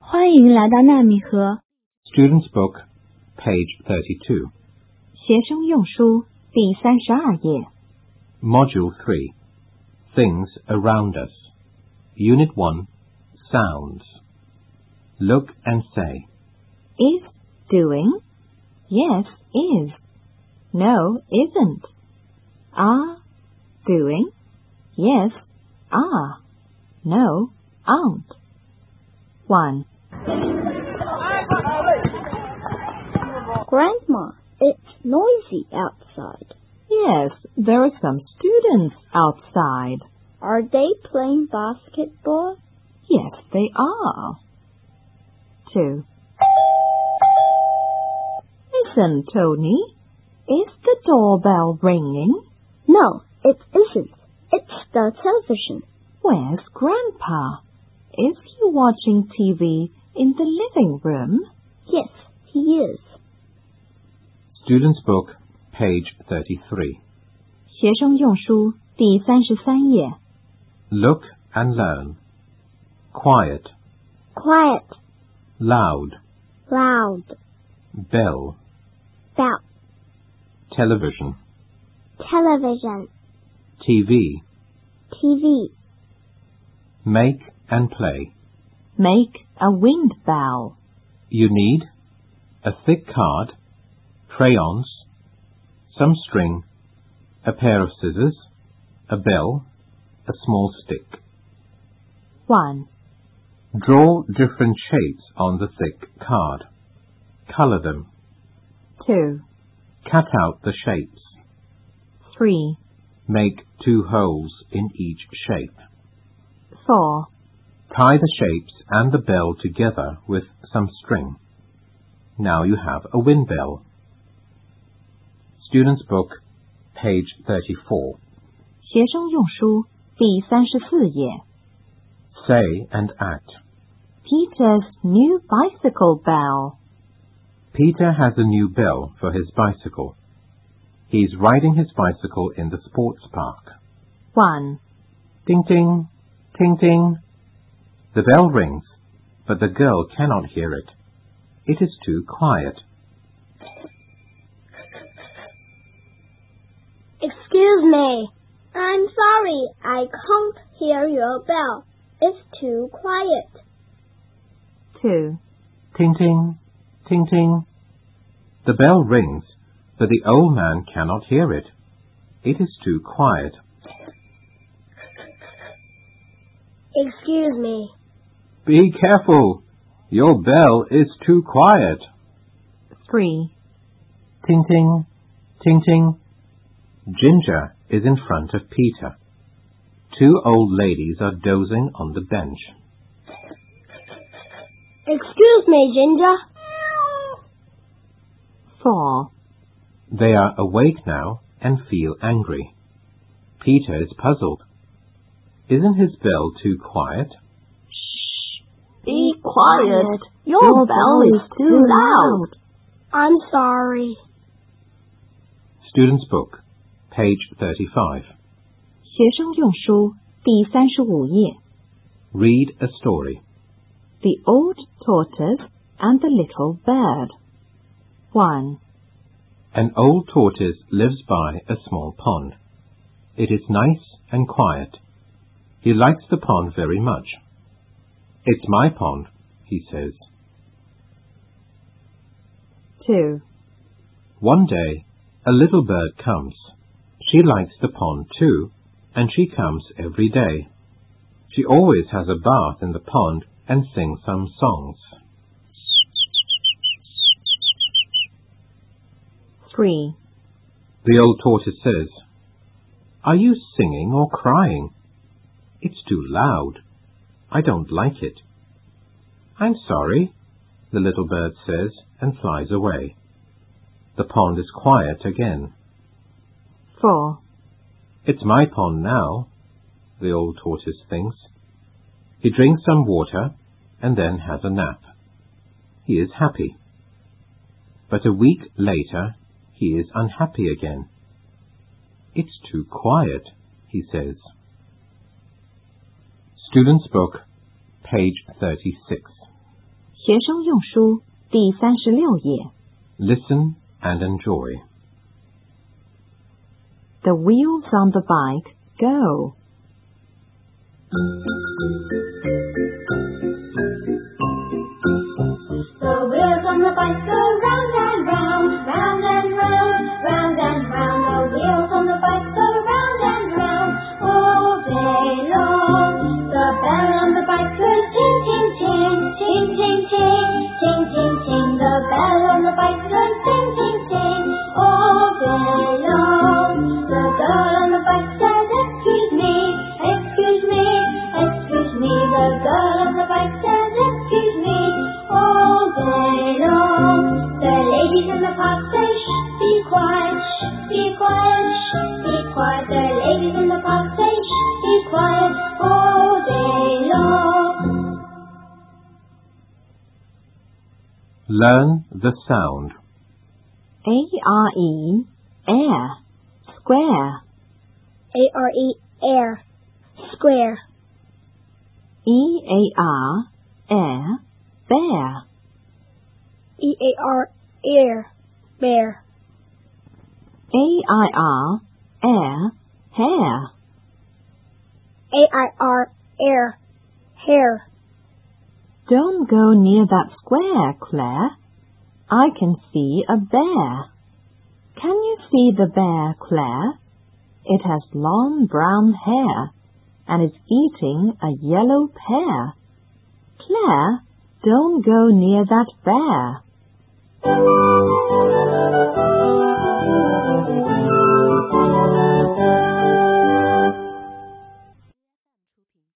欢迎来到纳米盒 Student's Book, page 32, 学生用书第三十二页 Module 3 Things Around Us, Unit 1 Sounds. Look and say, is doing, yes is, no isn't, are doing, yes are, no aren't. One, Grandma, it's noisy outside. yes, there are some students outside. Are they playing basketball? Yes, they are. Two. Listen, Tony. Is the doorbell ringing? No, it isn't. It's the television. Where's Grandpa? Is he watching TV in the living room? Yes, he is. Student's Book, page 33. 学生用书第三十三页。 Look and learn. Quiet, Quiet, loud, loud, bell, bell, television, television, TV, TV, make and play. Make a wind bow. You need a thick card, crayons, some string, a pair of scissors, a bell, a small stick. One. Draw different shapes on the thick card. Color them. Two. Cut out the shapes. Three. Make two holes in each shape. Four. Tie the shapes and the bell together with some string. Now you have a wind bell. Student's Book, page 34. 学生用书第三十四页。 Say and act. Peter's new bicycle bell. Peter has a new bell for his bicycle. He's riding his bicycle in the sports park. One, Ting ting, ting ting. The bell rings, but the girl cannot hear it. It is too quiet. Excuse me. I'm sorry, I can't hear your bell. It's too quiet. two, Ting ting, ting ting. The bell rings, but the old man cannot hear it. It is too quiet. Excuse me. Be careful. Your bell is too quiet. three, Ting ting, ting ting. Ginger is in front of Peter. Two old ladies are dozing on the bench. Excuse me, Ginger. four, They are awake now and feel angry. Peter is puzzled. Isn't his bell too quiet? Be quiet. Your, bell is too loud. I'm sorry. Student's Book, page 35. 学生用书第三十五页。 Read a story. The old tortoise and the little bird. One, An old tortoise lives by a small pond. It is nice and quiet. He likes the pond very much. It's my pond, he says. two, One day, a little bird comes. She likes the pond too, and she comes every day. She always has a bath in the pond and sings some songs. three, The old tortoise says, Are you singing or crying? It's too loud. I don't like it. I'm sorry, the little bird says and flies away. The pond is quiet again. four, It's my pond now, the old tortoise thinks. He drinks some water and then has a nap. He is happy. But a week later, he is unhappy again. It's too quiet, he says. Student's Book, page 36. 学生用书第三十六页。 Listen and enjoy. The wheels on the bike go. The wheels on the bike go round and round, round and round, round and round. The wheels on the bike go round and round all day long. The bell on the bike goes ting ting ting, ting ting ting, ting ting ting. The bell on the bike goes ting ting ting all day long. The girl on the bike says, "Excuse me, excuse me, excuse me." The girl on the bike says, "Excuse me." all day long. The ladies in the park say, shh, be quiet, shh, be quiet, shh, be quiet. The ladies in the park say, shh, be quiet, all day long. Learn the sound. A R E air square A-R-E, E, air, square. E A R air bear E E-A-R, air, bear. A I R air hair A-I-R, air, hair. Don't go near that square, Claire. I can see a bear. Can you see the bear, Claire? It has long brown hair and is eating a yellow pear. Claire, don't go near that bear.